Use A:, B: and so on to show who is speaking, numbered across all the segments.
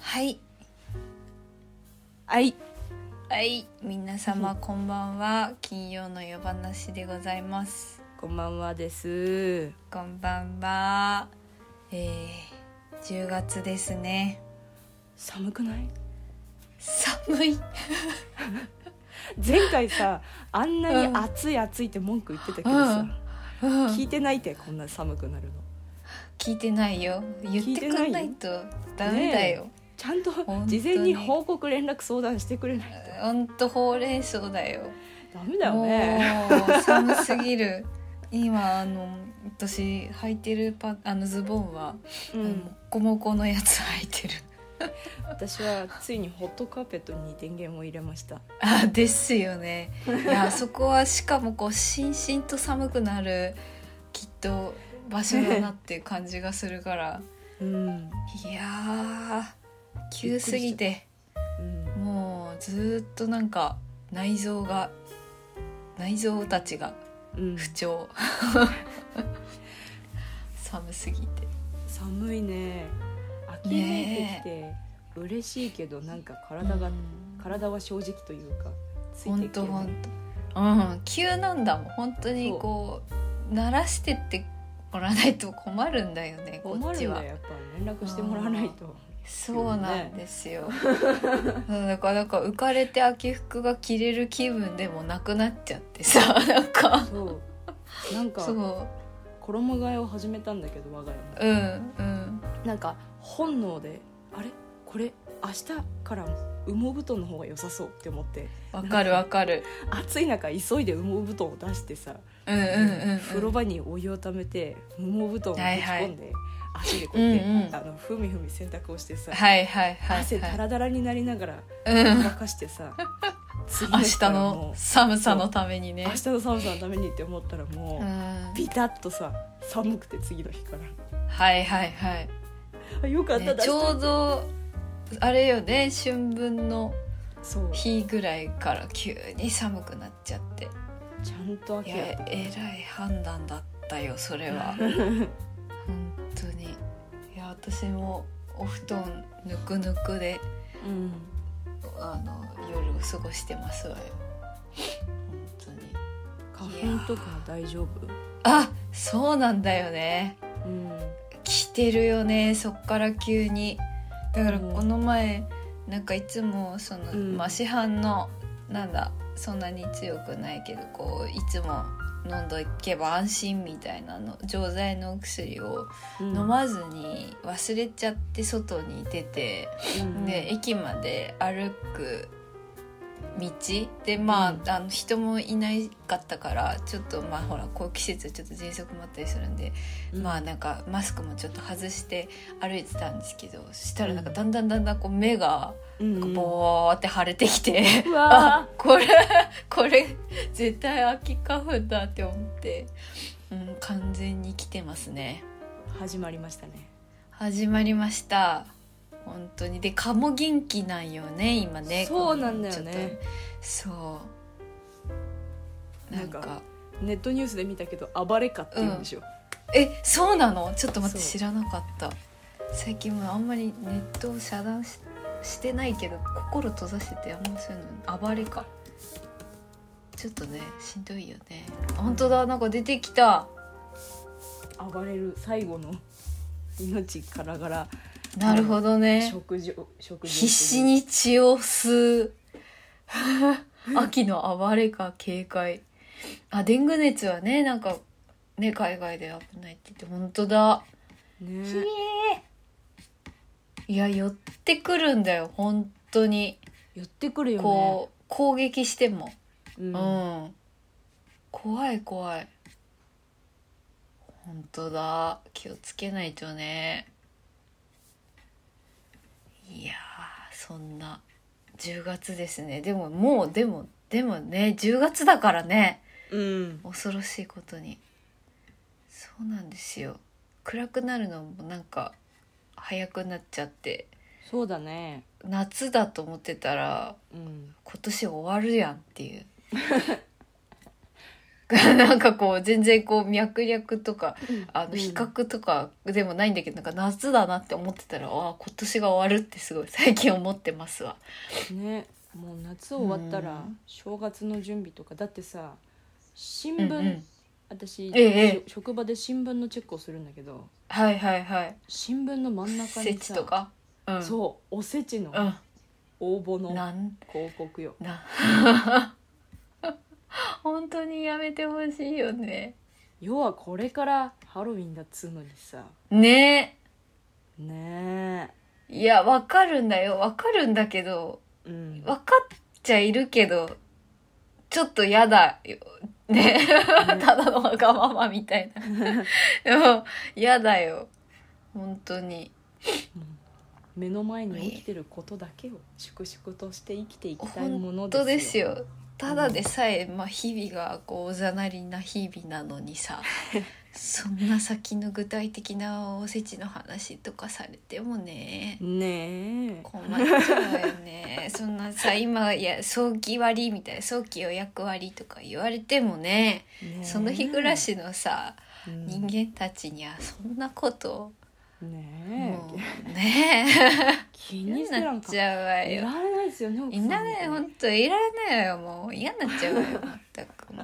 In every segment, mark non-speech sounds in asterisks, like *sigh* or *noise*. A: はい
B: はい
A: はい皆様こんばんは金曜の夜話でございます
B: こんばんはです
A: こんばんはえー、10月ですね
B: 寒くない
A: 寒い
B: 前回さあんなに
A: *laughs* うん
B: 暑い暑いって文句言ってたけどさ、
A: うん
B: 聞いてないってこんな寒くなるの
A: 聞いてないよ言ってくんないとダメだよ
B: ちゃんと
A: 本当に
B: 事前に報告連絡相談してくれない
A: ほんとほうれん草だよ
B: ダメだよね
A: もう寒すぎ
B: *laughs*
A: る今あの私履いてるパあのズボンは、
B: う
A: あのも
B: ん
A: っこもこのやつ履いてる
B: 私はついにホットカーペットに電源を入れました
A: あですよねいやそこはしかもこうしんしんと寒くなるきっと場所だなっていう感じがするから、
B: うん、
A: いやー急すぎて
B: うん、
A: もうずーっとなんか内臓が内臓たちが
B: うん
A: 不調 *laughs* 寒すぎて
B: 寒いね秋めいてきて嬉しいけどなんか体が、体は正直というかついて
A: 本
B: きて
A: 当
B: ない
A: 本当うん急なんだもん本当にこう慣らしてってもらわないと困るんだよねこ
B: 困
A: っ
B: る
A: ち
B: ん
A: は
B: だよやっぱ連絡してもらわないと
A: そうなんですよ、うんだからなんか浮かれて秋服が着れる気分でもなくなっちゃって
B: *laughs*
A: さなんか
B: そうなんか
A: そう
B: 衣替えを始めたんだけど我が家
A: う
B: も
A: んうん
B: なんか本能であれこれ明日から羽毛布団の方が良さそうって思って
A: わかるわかる
B: 暑い中急いで羽毛布団を出してさ、
A: うんうんうん、うん、
B: 風呂場にお湯をためて羽毛布団をぶち込んで、足でこうやって、
A: うんうん
B: あのふみふみ洗濯をしてさ、
A: はいはいはい、
B: 汗だ
A: は
B: らだらになりな *laughs* がら
A: い、うん
B: 乾かしてさ次
A: 明
B: の日か
A: 日
B: ら
A: の
B: も
A: 寒さのために
B: う
A: ね
B: 明日の寒さのためにって思ったらも
A: う
B: う、
A: ん
B: ビタッとさ寒くて次の日から
A: はいはいはい
B: あよかった、
A: ね
B: 出し
A: ち
B: といて
A: ょうどあれよね春分の
B: そう
A: 日ぐらいから急に寒くなっちゃって
B: ちゃんと
A: い
B: 秋
A: や
B: や
A: えらい判断だったよそれは本当にいや私もお布団ぬくぬくで
B: うん
A: あの夜を過ごしてますわよ本当に
B: 花粉とか大丈夫
A: あそうなんだよね
B: うん
A: 来てるよねそっから急にだからこの前、なんかいつもその、
B: うん
A: まあ市販のなんだそんなに強くないけどこういつも飲んどけば安心みたいなの錠剤のお薬を
B: うん
A: 飲まずに忘れちゃって外に出て、
B: うん
A: で駅まで歩く道でまあ,、
B: うん
A: あの人もいなかったからちょっとまあほらこういう季節はちょっと喘息もあったりするんで
B: うん
A: まあなんかマスクもちょっと外して歩いてたんですけどそしたらなんかだんだんだんだんこう目が
B: うんうん
A: ボーって腫れてきて、
B: う
A: *laughs* あ
B: わ
A: これこれ絶対秋花粉だって思って、うん、完全に来てますね
B: ー始まりましたね
A: 始まりました本当にで蚊も元気なんよね今ね
B: そうなんだよね
A: このちょっとそうなんか
B: なんかネットニュースで見たけど暴れかって言うんでしょ、
A: えそうなのちょっと待って
B: そう
A: 知らなかった最近もうあんまりネットを遮断ししてないけど心閉ざしててあんまそういうの暴れかちょっとねしんどいよね本当だなんか出てきた
B: 暴れる最後の命からがら
A: なるほどね
B: 食事を食事を
A: 必死に血を吸う *laughs* 秋の暴れか警戒あデング熱はねなんかね海外で危ないって言って本当だひえ
B: ね
A: いや寄ってくるんだよ本当に
B: 寄ってくるよね
A: こう攻撃しても
B: う、
A: うんん、怖い怖い本当だ気をつけないとねいやーそんな10月ですねでももうでもでもね10月だからね
B: うん
A: 恐ろしいことにそうなんですよ暗くなるのもなんか早くなっちゃって
B: そうだね
A: 夏だと思ってたら
B: うん
A: 今年終わるやんっていう *laughs* なんかこう全然こう脈略とかあの
B: うん
A: 比較とかでもないんだけど、なんか夏だなって思ってたらああ今年が終わるってすごい最近思ってますわ。
B: ねもう夏終わったら
A: うん
B: 正月の準備とかだってさ新
A: うん
B: 聞、
A: うん、
B: 私、
A: ええ
B: し職場で新聞のチェックをするんだけど
A: はいはいはい。
B: 新聞の真ん中
A: 設
B: に
A: 置
B: さ
A: とか、うん、
B: そうおせちの
A: うん、
B: 応募
A: な
B: の
A: ん
B: 広告よ、
A: な *laughs* 本当にやめてほしいよね。
B: 要はこれからハロウィンだっつうのにさ
A: ね
B: ね
A: いやわかるんだよわかるんだけど
B: えうん
A: わかっちゃいるけどちょっとやだよね *laughs* ただのわがままみたいなでもやだよ本当に
B: うん目の前に起きてることだけを粛々として生きていきたいもの
A: 本
B: ですよ
A: 当ですよただでさえ、まあ、日々がこうおざなりな日々なのに
B: *laughs*
A: さそんな先の具体的なおせちの話とかされてもね
B: ねえ
A: 困っちゃうよ
B: *laughs*
A: ねそんなさ今いや早期割みたいな早期予約割とか言われてもね
B: ねえ
A: その日暮ら、しのさ
B: うん
A: 人間たちにはそんなこと
B: ね
A: もう
B: え *laughs*
A: ね
B: 気
A: 嫌
B: に
A: に
B: してな
A: なんっ
B: か
A: ちゃうわ
B: い
A: よ
B: られないですよね奥さ
A: い
B: ん
A: らない本当いらないわよもう嫌になっちゃうわよ全くも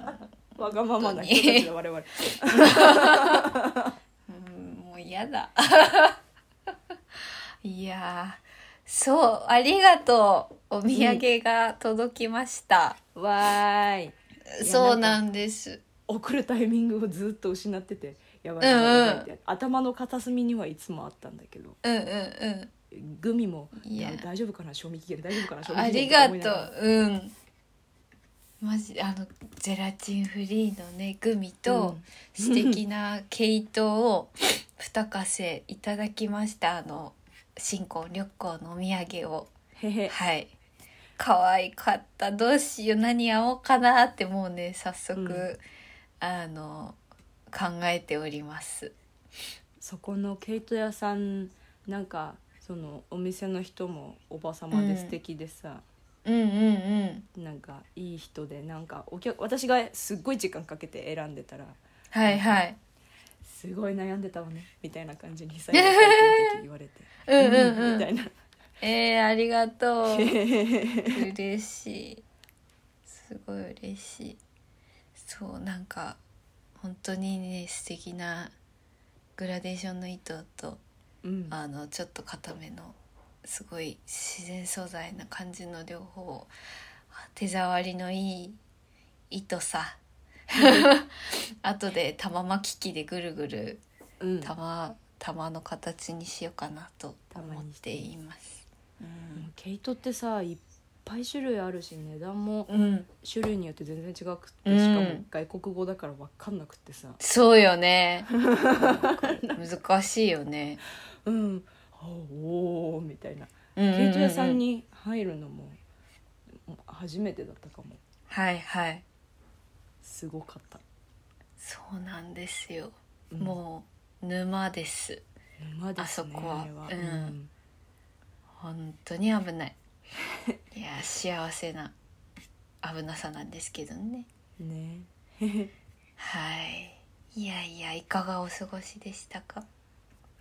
A: う
B: わがままな人たちだ我々
A: うんもう嫌だ。 *laughs* いやー、そう、ありがとう。お土産が届きました。
B: わーいうん
A: そうなんです。
B: 送るタイミングをずっと失っててやばい
A: うんう
B: や
A: ん
B: ばいやばいって、頭の片隅にはいつもあったんだけど
A: うんうんう
B: グミも
A: ん。いや
B: いや、大丈夫かな賞味期限大丈夫かな賞
A: あ
B: 味期
A: り
B: 限
A: が
B: 思い
A: と
B: なら
A: う。うん。マジあのゼラチンフリーのねグミと素敵な毛糸を2かせいただきましたあの新婚旅行のお土産を
B: うんへへ
A: はい可愛かったどうしよう何会おうかなってもうね早速、
B: うん
A: あの考えております
B: そこの毛糸屋さんなんかそのお店の人もおばさまで素敵でさ、
A: うんうんうん
B: なんかいい人でなんかお客私がすっごい時間かけて選んでたら
A: はいはい
B: すごい悩んでたわねみたいな感じに最後会見の時言われて
A: うんうん
B: み
A: う
B: た
A: ん *laughs*
B: いな
A: えー、ありがとう
B: へ
A: 嬉しいすごい嬉しいそうなんか本当にね素敵なグラデーションの糸と
B: うん
A: あのちょっと固めのすごい自然素材な感じの両方手触りのいい糸
B: *laughs*
A: さあとで玉巻き機でぐるぐる
B: うん
A: 玉玉の形にしようかなと思っています。うん
B: 毛糸ってさいっぱい種類あるし値段も
A: うん、
B: 種類によって全然違くって、
A: うん
B: しかも外国語だから分かんなくってさ
A: そうよね難しいよね。
B: うんあおおみたいな
A: うんうんうんう
B: 毛
A: ん
B: 糸屋さんに入るのも初めてだったかも
A: はいはい
B: すごかった、
A: そうなんですよ、
B: うん
A: もう沼です。
B: 沼ですね
A: あそこは
B: あれは
A: うん
B: うん
A: 本当に危ないいや幸せな危なさなんですけどね
B: ね
A: はいいやいやいかがお過ごしでしたか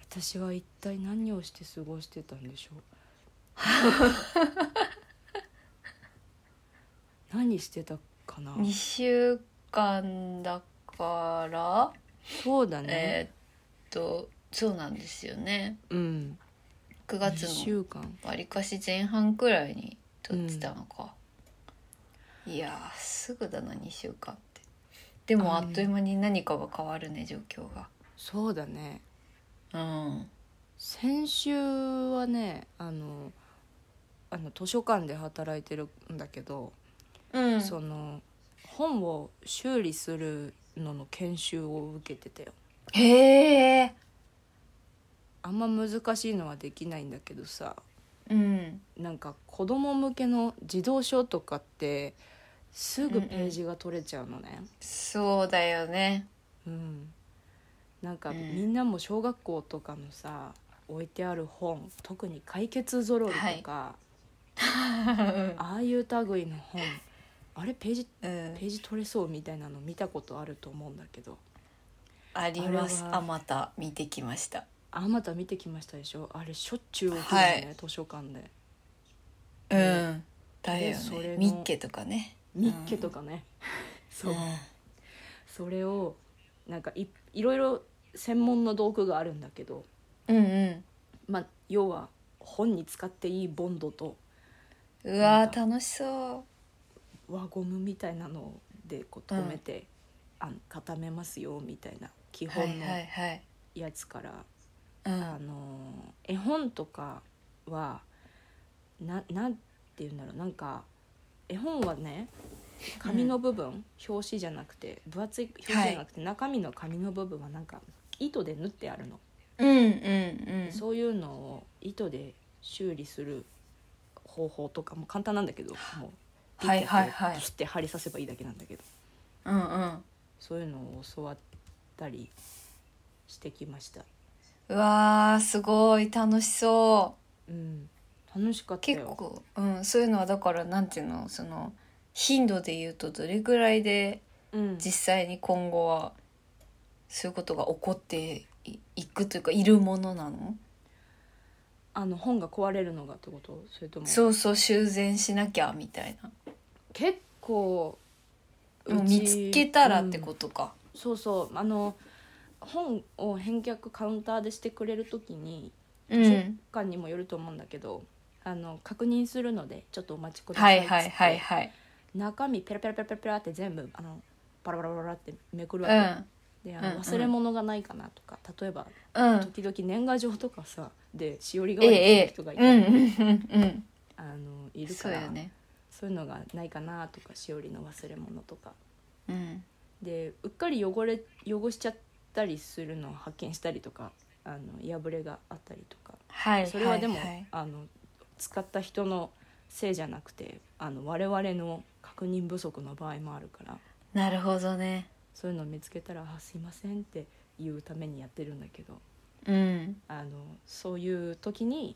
B: 私は一体何をして過ごしてたんでしょう何してたかな
A: 2週間だから、
B: そうだね、
A: えーっとそうなんですよね
B: うん
A: 9月
B: 二
A: の
B: 週間
A: わりかし前半くらいに撮ってたのか、いやーすぐだな2週間ってでもあっという間に何かが変わるね状況が
B: そうだね
A: うん
B: 先週はねあのあの図書館で働いてるんだけど、
A: うん
B: その本を修理するのの研修を受けてたよ
A: へえ
B: あんま難しいのはできないんだけどさ
A: うん
B: なんか子供向けの児童書とかってすぐページが取れちゃうのね、
A: そうだよね。
B: うんなんか
A: うん
B: みんなも小学校とかのさ置いてある本特
A: *laughs*
B: に解決ぞろりとか、ああいう類の本あれページ
A: うん
B: ページ取れそうみたいなの見たことあると思うんだけど
A: あります
B: あれは
A: あまた見てきました
B: あまた見てきましたでしょあれしょっちゅう起きるよね、図書館で
A: うん、
B: ね
A: だよ
B: でそれ
A: ね
B: の
A: ミッケとかね
B: 日記とかね、そうそれをなんかいいろいろ専門の道具があるんだけど、
A: うん、うんうん
B: まあ、要は本に使っていいボンドと
A: うわー楽しそう
B: 輪ゴムみたいなのでこう止めて、あの固めますよみたいな基
A: は
B: 本
A: い
B: の
A: はいはい
B: やつから、
A: うん
B: あのー絵本とかはななんて言うんだろうなんか絵本はね紙の部分、表紙じゃなくて分厚い表紙じゃなくて、中身の紙の部分はなんか糸で縫ってあるの。
A: うんうんうん
B: そういうのを糸で修理する方法とかも簡単なんだけどもうピ
A: はいはい
B: ッ
A: はい
B: てして貼り刺せばいいだけなんだけど
A: うんうん
B: そういうのを教わったりしてきました、
A: うわーすごい楽しそう
B: うん、楽しかったよ
A: 結構、うん、そういうのはだからなんていうのその頻度で言うとどれぐらいで
B: うん、
A: 実際に今後はそういうことが起こっていいくというかいるものなの、
B: あの本が壊れるのがってことそれとも
A: そうそう修繕しなきゃみたいな
B: 結構う
A: もう
B: ち
A: 見つけたらってことか。
B: うんそうそうあの本を返却カウンターでしてくれる時に
A: う
B: 図書
A: ん、
B: 館にもよると思うんだけどあの確認するのでちょっとお待ちくだ
A: は
B: さい
A: い
B: っつって
A: はいはいはい。
B: 中身ペラペラペラペラペラって全部あのパラパラパラパラってめくる
A: う
B: わ
A: ん
B: け、であの
A: うんうん
B: 忘れ物がないかなとか例えば
A: うん。
B: 時々年賀状とかさでしおり
A: え
B: 代わりにする
A: えええうんうん
B: 人がいて
A: うんうん。
B: あのいるか
A: そう
B: ら
A: よね。
B: そういうのがないかなとかしおりの忘れ物とか
A: うん。
B: でうっかり汚れ汚しちゃったりするのを発見したりとかあの破れがあったりとか
A: はい。
B: それはでも、
A: いい
B: あの使った人のせいじゃなくてあの我々の確認不足の場合もあるから
A: なるほどね。
B: そういうのを見つけたら「あすいません」って言うためにやってるんだけど
A: うん。
B: あのそういう時に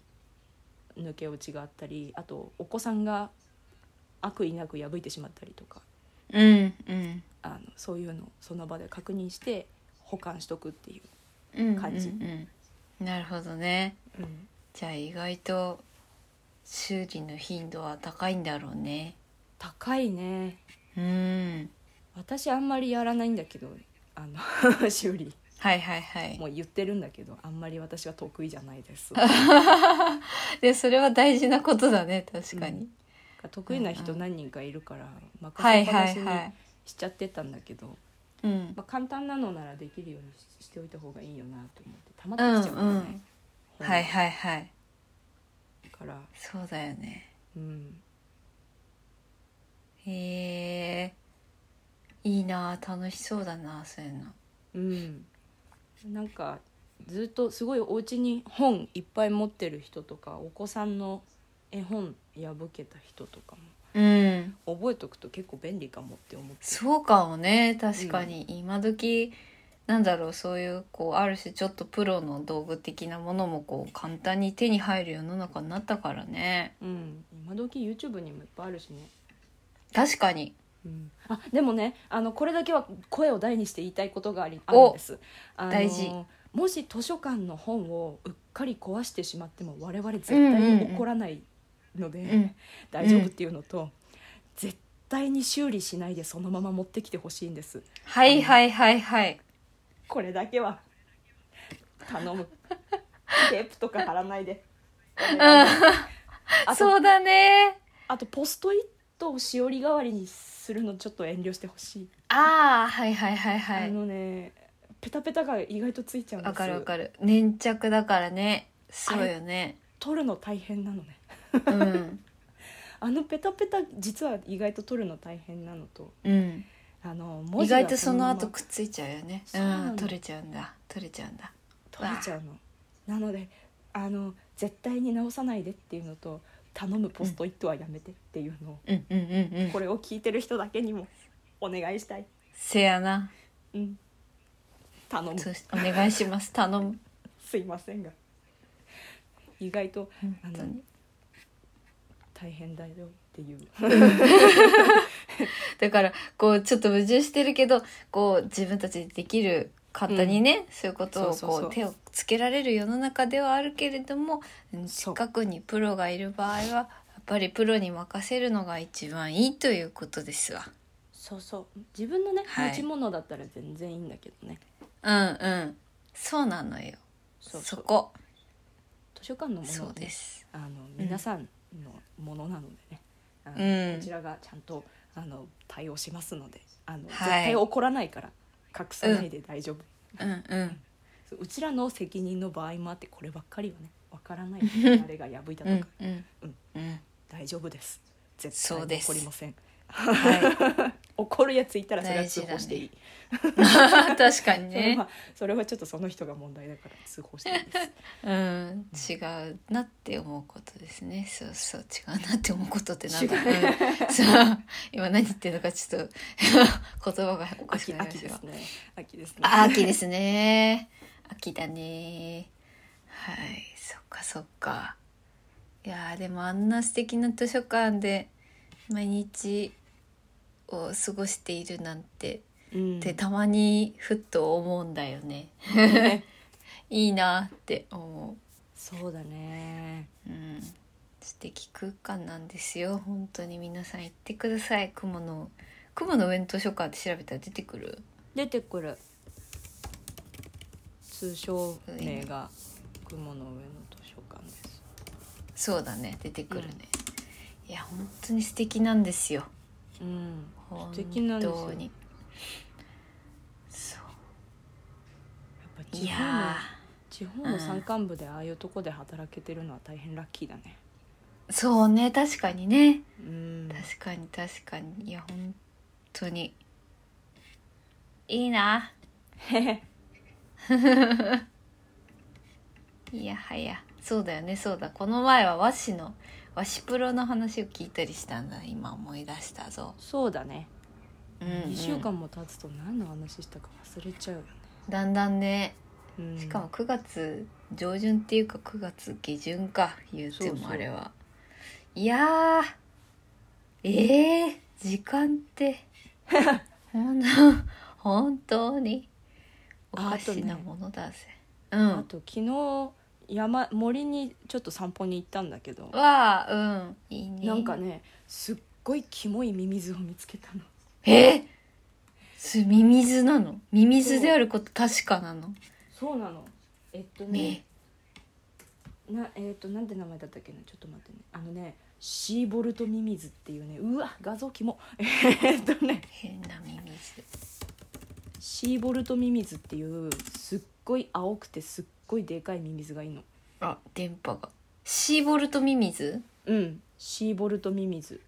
B: 抜け落ちがあったりあとお子さんが悪意なく破いてしまったりとか
A: うんうん。
B: あのそういうのをその場で確認して保管しとくっていう。
A: うん
B: 感じ
A: うんうんうん、なるほどね
B: うん
A: じゃあ意外と修理の頻度は高いんだろうね
B: 高いね
A: うん
B: 私あんまりやらないんだけどあの *laughs* 修理
A: はいはいはい
B: もう言ってるんだけどあんまり私は得意じゃないで
A: *laughs*
B: す
A: でそれは大事なことだね確かに、
B: 得意な人何人かいるから
A: は
B: 任
A: い
B: せっ
A: は
B: ぱなし
A: い
B: に
A: はい
B: しちゃってたんだけど、
A: うん
B: まあ、簡単なのならできるようにししておいた方がいいよなと思ってたま
A: うん
B: ってきちゃうからね、
A: うんはいはいはい
B: いから
A: そうだよね
B: うん
A: へえいいな楽しそうだなそういうの
B: うんなんかずっとすごいお家に本いっぱい持ってる人とかお子さんの絵本破けた人とか
A: うん
B: も覚えとくと結構便利かもって思って
A: そうかもね確かに、今時なんだろうそういうこうある種ちょっとプロの道具的なものもこう簡単に手に入る世の中になったからね
B: うん今時 YouTube にもいっぱいあるしね
A: 確かに
B: うんあでもねあのこれだけは声を大にして言いたいことがありあるんですあの
A: 大事
B: もし図書館の本をうっかり壊してしまっても我々絶対に怒らないので、
A: うん
B: 大丈夫っていうのと、絶対に修理しないでそのまま持ってきてほしいんです
A: はいはいはいはい
B: これだけは頼
A: *laughs*
B: むテープとか貼らないでお願いしますあと
A: そうだね
B: あとポストイットをしおり代わりにするのちょっと遠慮してほしい
A: ああはいはいはいは
B: あ
A: い
B: のねペタペタが意外とついちゃうんです
A: わかるわかる粘着だからねそうよね
B: 取るの大変なのね
A: うん
B: あのペタペタ実は意外と取るの大変なのと
A: うん
B: あの
A: 意外とその
B: まま
A: 後くっついちゃうよね
B: そうなの
A: うん取れちゃうんだ取れちゃうんだ
B: 取れちゃうのなのであの絶対に直さないでっていうのと頼むポストイットはやめてっていうのを、
A: うんうんうんうん
B: これを聞いてる人だけにもお願いしたい、
A: せやな
B: うん、頼む
A: そしお願いします頼む
B: すいませんが意外と
A: 本当
B: あの
A: に
B: 大変だよっていう
A: だからこうちょっと矛盾してるけどこう自分たちでできる簡単にね、そういうことをこう
B: そうそうそう
A: 手をつけられる世の中ではあるけれどもうん
B: そう
A: 近くにプロがいる場合はやっぱりプロに任せるのが一番いいということですわ。
B: そうそう自分のね、
A: はい
B: 持ち物だったら全然いいんだけどね
A: うんうんそうなのよ
B: そう
A: そうこ
B: 図書館のものはね
A: そうです
B: あの皆さんのものなのでね、あの
A: うん
B: こちらがちゃんとあの対応しますのであの、
A: はい
B: 絶対怒らないから隠さないで大丈夫、
A: うんうん
B: そううちらの責任の場合もあってこればっかりはねわか
A: *laughs*
B: らない誰が破いたと
A: う
B: か、
A: んうん
B: うん
A: うん
B: 大丈夫です絶
A: そう
B: 対
A: です
B: 怒りません
A: は
B: 怒るやついたらそれは
A: 大事
B: 通
A: だね
B: 報していい、
A: い確かに
B: それ
A: ね
B: はそれはちょっとその人が問題だから通報していいです
A: うん違うなって思うことですねそうそう違うなって思うことってなんだ
B: 違う
A: うんそう今何言ってるのかちょっと言葉がおかし
B: 秋
A: くなりま
B: 秋
A: し
B: で
A: たが
B: すね秋ですね
A: あ秋ですね秋だねはいそっかそっかいやーでもあんな素敵な図書館で毎日を過ごしているなんて、
B: うん
A: ってたまにふっと思うんだよね *laughs* いいなって思
B: そうだね
A: ううん素敵空間なんですよ本当に皆さん行ってください雲の雲の上の図書館って調べたら出てくる
B: 出てくる通称名が雲の上の図書館です
A: そうだね出てくるね、いや本当に素敵なんですよ
B: うん
A: 本
B: 素敵なんですよ
A: 当にそう
B: やっ
A: い
B: ぱ地
A: や
B: 方の地方の山間部でああいうとこで働けてるのは大変ラッキーだね
A: ーそうね確かにね
B: うん *laughs*
A: 確かに確かにいや本当にいいないやはやそうだよねそうだこの前は和紙の和紙プロの話を聞いたりしたんだ今思い出したぞ、
B: そうだね
A: うんうん
B: 2週間も経つと何の話したか忘れちゃうよね
A: だんだんね
B: うん
A: しかも9月上旬っていうか9月下旬か言うて
B: そうそ
A: も
B: う
A: あれはいやーえー、時間ってほんと本当におかしなものだぜ、う
B: あ
A: ん
B: と昨日山森にちょっと散歩に行ったんだけど
A: わあうんいいね
B: なんかねすっごいキモいミミズを見つけたの
A: えー、すミミズなのミミズであること確かなの
B: そうなのえっとね
A: ね
B: なえっ、となんて名前だったっけなちょっと待ってねあのねシーボルトミミズっていうねうわ画像キモ *laughs* えっとね
A: 変なミミズ
B: シーボルトミミズっていうすっごい青くてすっごいでかいミミズがいいの
A: あ電波がシーボルトミミズ
B: うんシーボルトミミズ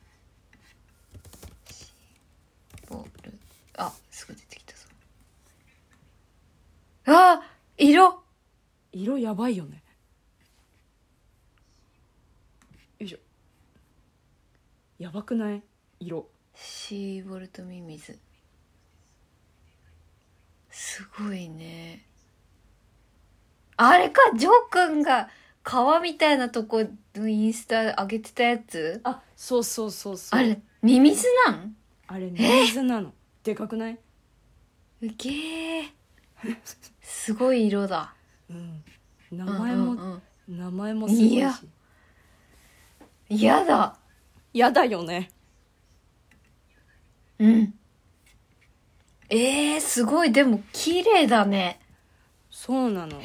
A: ボールあすぐ出てきたぞあ色
B: 色やばいよねよいしょやばくない色
A: シーボルトミミズすごいねあれかジョー君が川みたいなとこのインスタ上げてたやつ
B: あそうそうそうそう
A: あれミミズなん
B: あれミミズなのでかくないう
A: げーすごい色だ
B: うん *laughs* 名前も、
A: うんうんうん
B: 名前もすごいし
A: いややだ
B: やだよね
A: うんえー、すごいでも綺麗だね
B: そうなの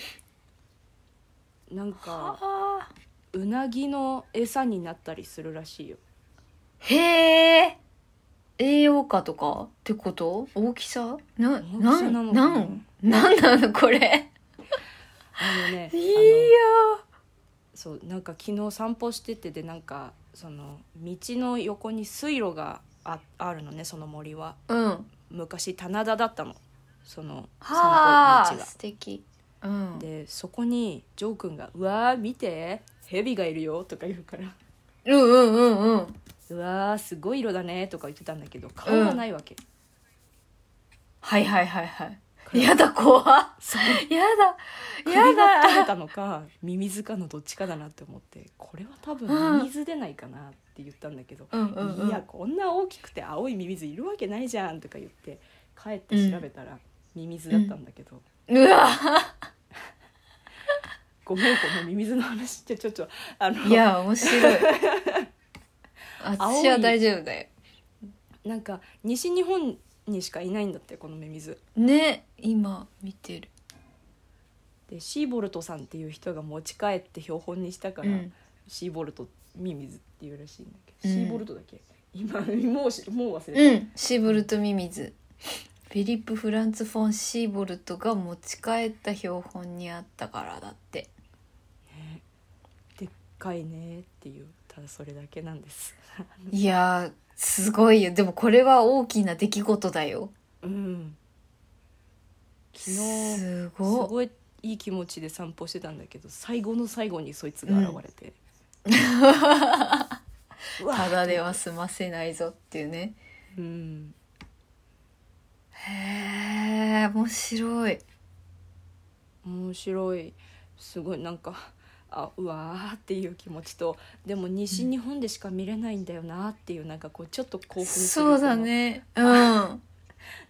B: なんか
A: あ
B: うなぎの餌になったりするらしいよ
A: へえ栄養価とかってこと大きさな、
B: 大きさ
A: な
B: なの
A: ん、
B: か
A: な、
B: なん
A: なんなのこれ
B: あのね
A: いや
B: あのそうなんか昨日散歩しててでなんかその道の横に水路がああるのねその森は
A: うんは
B: 昔棚田だったのその散
A: あ
B: 歩道が
A: 素敵うん
B: でそこにジョー君が「うわー見てヘビがいるよ」とか言うから
A: うんうんうんうん
B: 「うわーすごい色だね」とか言ってたんだけど顔がないわけ、
A: はいはいはいはいやだ怖っ
B: そう
A: やだ
B: 首
A: や
B: が取れ
A: だ
B: たのかミミズかのどっちかだなって思ってこれは多
A: うん
B: 分ミミズでないかなって言ったんだけど、
A: うんうんうん
B: いやこんな大きくて青いミミズいるわけないじゃんとか言って帰って調べたらミミズだったんだけど、
A: うわ
B: ごめんこのミミズの話ってちょっとあの
A: いや面 *laughs* 白い私は
B: 青い
A: 大丈夫だよ
B: なんか西日本にしかいないんだってこのミミズ。
A: ね今見てる
B: でシーボルトさんっていう人が持ち帰って標本にしたから、
A: うん
B: シーボルトミミズっていうらしいんだけ
A: う
B: ど、
A: ん
B: シーボルトだっけ今もうしもう忘れ
A: う
B: た、
A: んシーボルトミミズフィリップ・フランツ・フォン・シーボルトが持ち帰った標本にあったからだって
B: でっかいねっていうただそれだけなんです。
A: いやーすごいよでもこれは大きな出来事だよ
B: うん、昨日す
A: すごい
B: ごいいい気持ちで散歩してたんだけど最後の最後にそいつが現れて、う
A: *laughs*
B: わ
A: ただでは済ませないぞっていうね
B: うん、
A: へえ面白い
B: 面白いすごいなんかあうわーっていう気持ちとでも西日本でしか見れないんだよなっていうなんかこうちょっと興奮する
A: そうだねうん
B: この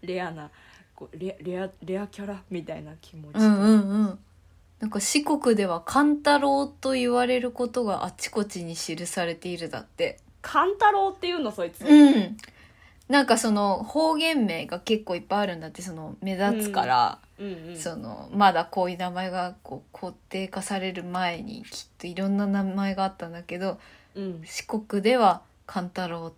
B: レアなこうレレアレアキャラみたいな気持ち、
A: うんうんうんなんか四国では勘太郎と言われることがあちこちに記されているだって
B: カンタロウっていうのそいつ、
A: うんなんかその方言名が結構いっぱいあるんだってその目立つから、
B: うんうん
A: そのまだこういう名前がこう固定化される前にきっといろんな名前があったんだけど
B: うん
A: 四国では勘太郎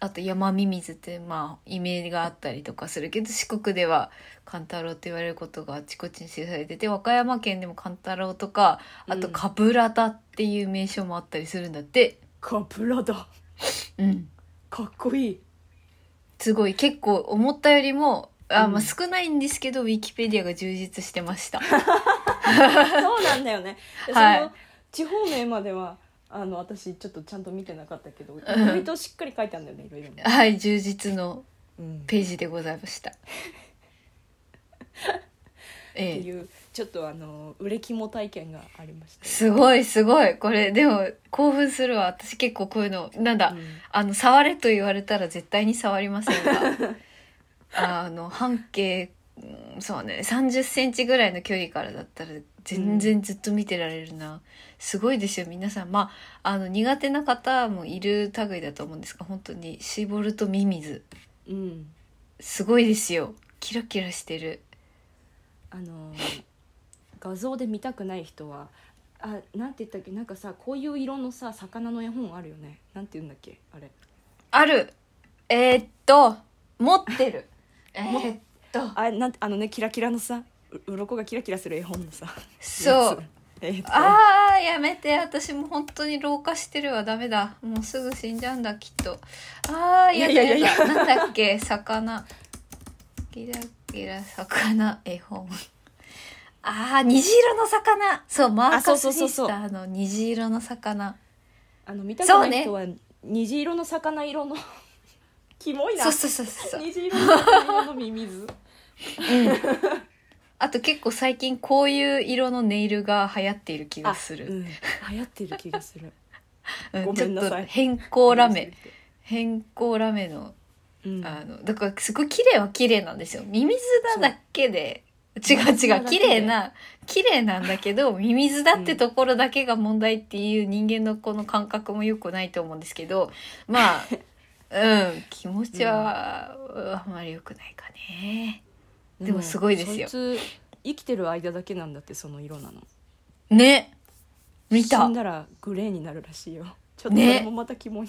A: あと山ミミズってまあ異名があったりとかするけど四国では勘太郎って言われることがあちこちに記されてて和歌山県でも勘太郎とかあと
B: うん
A: かぶらたっていう名称もあったりするんだって、
B: カプラだ
A: うん、
B: かっ
A: *laughs*
B: こいい
A: すごい結構思ったよりもあ、
B: うん
A: まあ、少ないんですけどウィキペディアが充実してました。 *laughs*
B: そうなんだよね。
A: はい
B: その地方名まではあの私ちょっとちゃんと見てなかったけど、
A: ん
B: 割としっかり書いてあるんだよねいろいろね。
A: はい、充実の
B: うん
A: ページでございま
B: *laughs*
A: した。
B: って
A: ええ、
B: いうちょっとあの売れ肝体験がありました。
A: すごいすごいこれでも興奮するわ私結構こういうのなんだ、
B: うん
A: あの触れと言われたら絶対に触りません *laughs* があの半径うんそうね3 0センチぐらいの距離からだったら全然ずっと見てられるな、すごいですよ皆さんまああの苦手な方もいる類だと思うんですが本当にシーボルトミミズ
B: うん、
A: すごいですよキラキラしてる
B: あの画像で見たくない人は。あ、なんて言ったっけ、なんかさ、こういう色のさ、魚の絵本あるよね。なんて言うんだっけ、あれ。
A: あるえーっと持ってる *laughs* えーっと
B: あ、なんて、あのね、キラキラのさ、う、鱗がキラキラする絵本のさ。
A: そ
B: やつ
A: う。
B: えーっと
A: あーやめて私もう本当に老化してるわダメだもうすぐ死んじゃうんだきっとあーやだ
B: いやいやいや
A: やだなんだっけ魚ギラギラ魚絵本あー虹色の魚そうマーカ
B: あそ
A: ス・
B: うそうそう
A: リス
B: そう
A: ターの虹色の魚
B: あの見たくない人は、虹色の魚色の *laughs* キモいな
A: そうそうそうそう
B: 虹色の魚色のミミズ
A: あと結構最近こういう色のネイルが流行ってい *laughs* る気がす
B: う
A: る、
B: ん、流行ってる気が
A: *laughs*
B: する
A: うん
B: ご
A: ち
B: め
A: ょ
B: ん
A: っ
B: な
A: と
B: さい
A: 変更ラメ変更ラメの
B: うん
A: あのだからすごい綺麗は綺麗なんですよミミズだだけで違う
B: ミミズ
A: 違
B: だ
A: う
B: だ
A: 綺
B: けで
A: 麗な綺麗なんだけ
B: *laughs*
A: どミミズだってところだけが問題っていう人間のこの感覚も良くないと思うんですけどまあうん気持ちは、うんあんまり良くないかねでもすごいですよ
B: そいつ生きてる間だけなんだってその色なの
A: ね見
B: 死
A: た
B: んだらグレーになるらしいよちょっとそ
A: ね
B: れもまたキモい、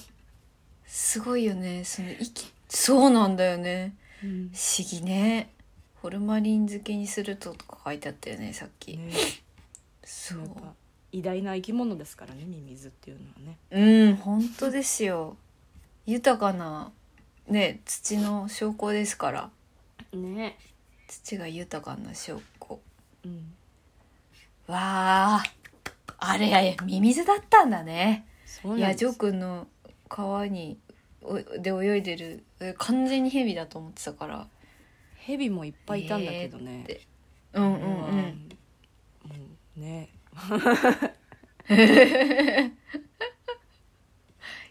A: すごいよねその生きそうなんだよね
B: うんね
A: 不思議ねホルマリン漬けにするととか書いてあったよねさっき、そ
B: や
A: う
B: っぱ偉大な生き物ですからねミミズっていうのはね
A: うん本当ですよ豊かなね土の証拠ですから
B: ね
A: 土が豊かな証拠
B: うん
A: わああれやミミズだったんだね
B: そう
A: い
B: なん
A: や
B: で
A: ジョー
B: す
A: 君の川におで泳いでるえ完全にヘビだと思ってたから
B: 蛇もいっぱいいたんだけどね、
A: えうんうんう
B: うんんね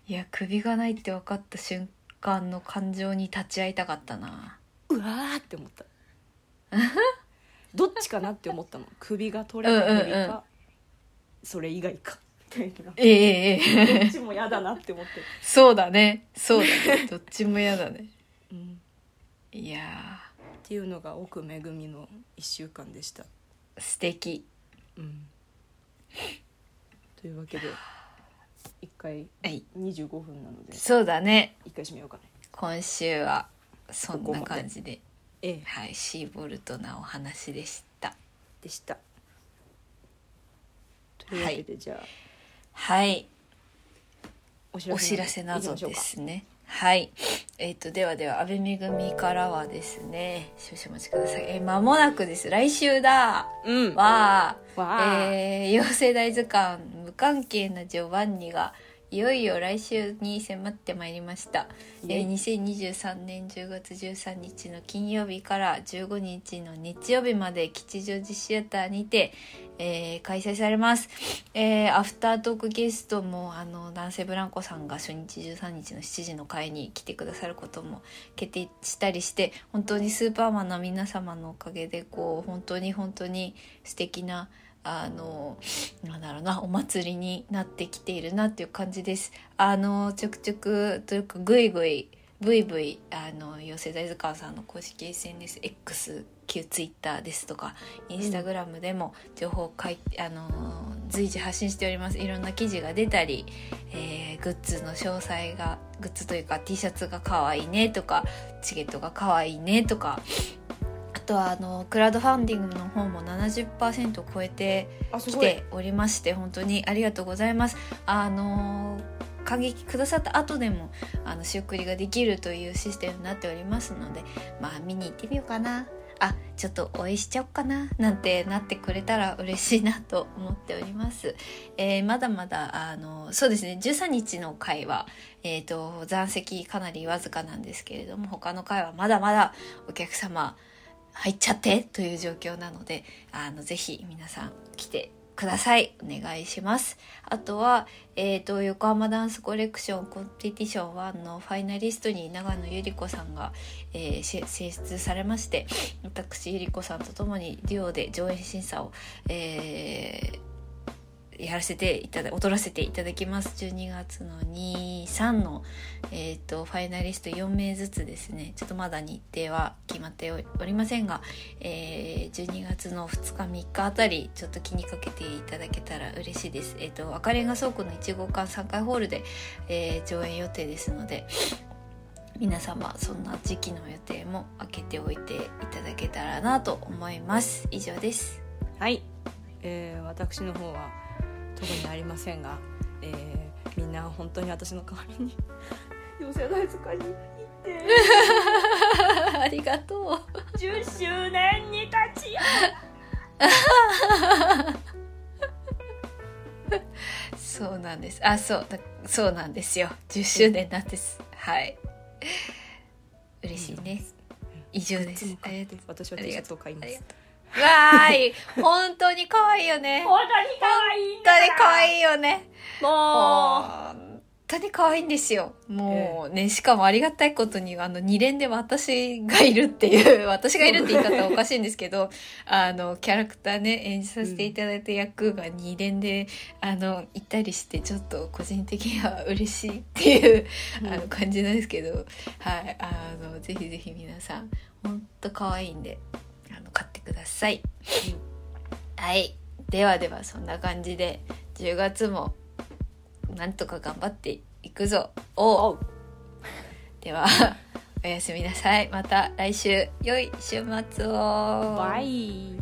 A: いや首がないって分かった瞬間の感情に立ち会いたかったな
B: うわーって思った
A: *laughs*
B: どっちかなって思ったの首が取れ
A: うんうんう
B: た
A: ん
B: 首か、それ以外かみ
A: *laughs*
B: たいな
A: ええええ
B: どっちも嫌だなって思って、
A: そうだねそうだねどっちも嫌だね
B: うん、
A: いや
B: っていうのが奥めぐみの1週間でした、
A: ー素敵
B: うん、というわけで1回
A: はい
B: 25分なので
A: そうだね
B: 1回締めようかね
A: 今週はそん
B: ここ
A: な
B: まで
A: 感じで
B: ええ
A: はいシーボルトなお話でした
B: でしたというわけでじゃあ、
A: はい
B: お知
A: お知らせなど
B: いきましょう
A: で
B: か
A: すねはいえっ、とではでは阿部めぐみからはですね少々お待ちくださいえー間もなくです来週だ
B: うんわ
A: は
B: あ、
A: えー、妖精大図鑑無関係なジョバンニがいよいよ来週に迫ってまいりました、えー、2023年10月13日の金曜日から15日の日曜日まで吉祥寺シアターにて、えー開催されます、えーアフタートークゲストもあの男性ブランコさんが初日13日の7時の会に来てくださることも決定したりして本当にスーパーマンの皆様のおかげでこう本当に本当に素敵なあのなんだろうなお祭りになってきているなっていう感じです。あのちょくちょくというかぐいぐいブイブイあの妖精大図鑑さんの公式 SNS X 旧 Twitter ですとかインスタグラムでも情報を書いて、あの随時発信しておりますいろんな記事が出たり、えーグッズの詳細がグッズというか T シャツが可愛いねとかチケットが可愛いねとかあとはあのクラウドファンディングの方も70%を超えて
B: あす
A: 来
B: ごい
A: ておりまして本当にありがとうございます。あの感激くださった後でもあの仕送りができるというシステムになっておりますのでまあ見に行ってみようかなあちょっと応援しちゃおうかななんてなってくれたら嬉しいなと思っております、えーまだまだあのそうですね13日の回は、えー、と残席かなりわずかなんですけれども他の回はまだまだお客様入っちゃってという状況なのであのぜひ皆さん来てくださいお願いしますあとは、えー、と横浜ダンスコレクションコンペティション1のファイナリストに長野ゆり子さんが、えーし選出されまして私ゆり子さんと共にデュオで上演審査を、えーやらせていただ踊らせていただきます12月の23の、えー、とファイナリスト4名ずつですねちょっとまだ日程は決まっておりませんがえー12月の2日3日あたりちょっと気にかけていただけたら嬉しいです。えっ、と赤レンガ倉庫の1号館3階ホールで、えー上演予定ですので皆様そんな時期の予定も開けておいていただけたらなと思います。以上です。 *laughs*
B: はい、えー私の方は特にありませんが、えーみんな本当に私の代わりに *laughs* 妖精大塚に行って
A: ありがとう。
B: 10周年に立ち
A: そうなんです。あ、そうだそうなんですよ。10周年なんです。はい。嬉しいね。以上
B: い
A: です
B: つも。買っ
A: え
B: て私は T シャツを買いま
A: ありが
B: す
A: ーわーい、本当に可愛いよね。
B: 本当に可愛いん
A: 本当に可
B: い
A: 愛いよね。
B: も
A: 本当に可愛いんですよ。もうね、しかもありがたいことに、あの、2連で私がいるっていう、私がいるって言い方はおかしいんですけど、あの、キャラクターね、演じさせていただいた役が2連で、あの、いたりして、ちょっと個人的には嬉しいっていう、
B: うん
A: あの、感じなんですけど、はい、あの、ぜひぜひ皆さん、本当可愛いんで、あの、買ってください。はい。ではではそんな感じで10月もなんとか頑張っていくぞ。おう
B: おう
A: ではおやすみなさい。また来週良い週末を。
B: バイ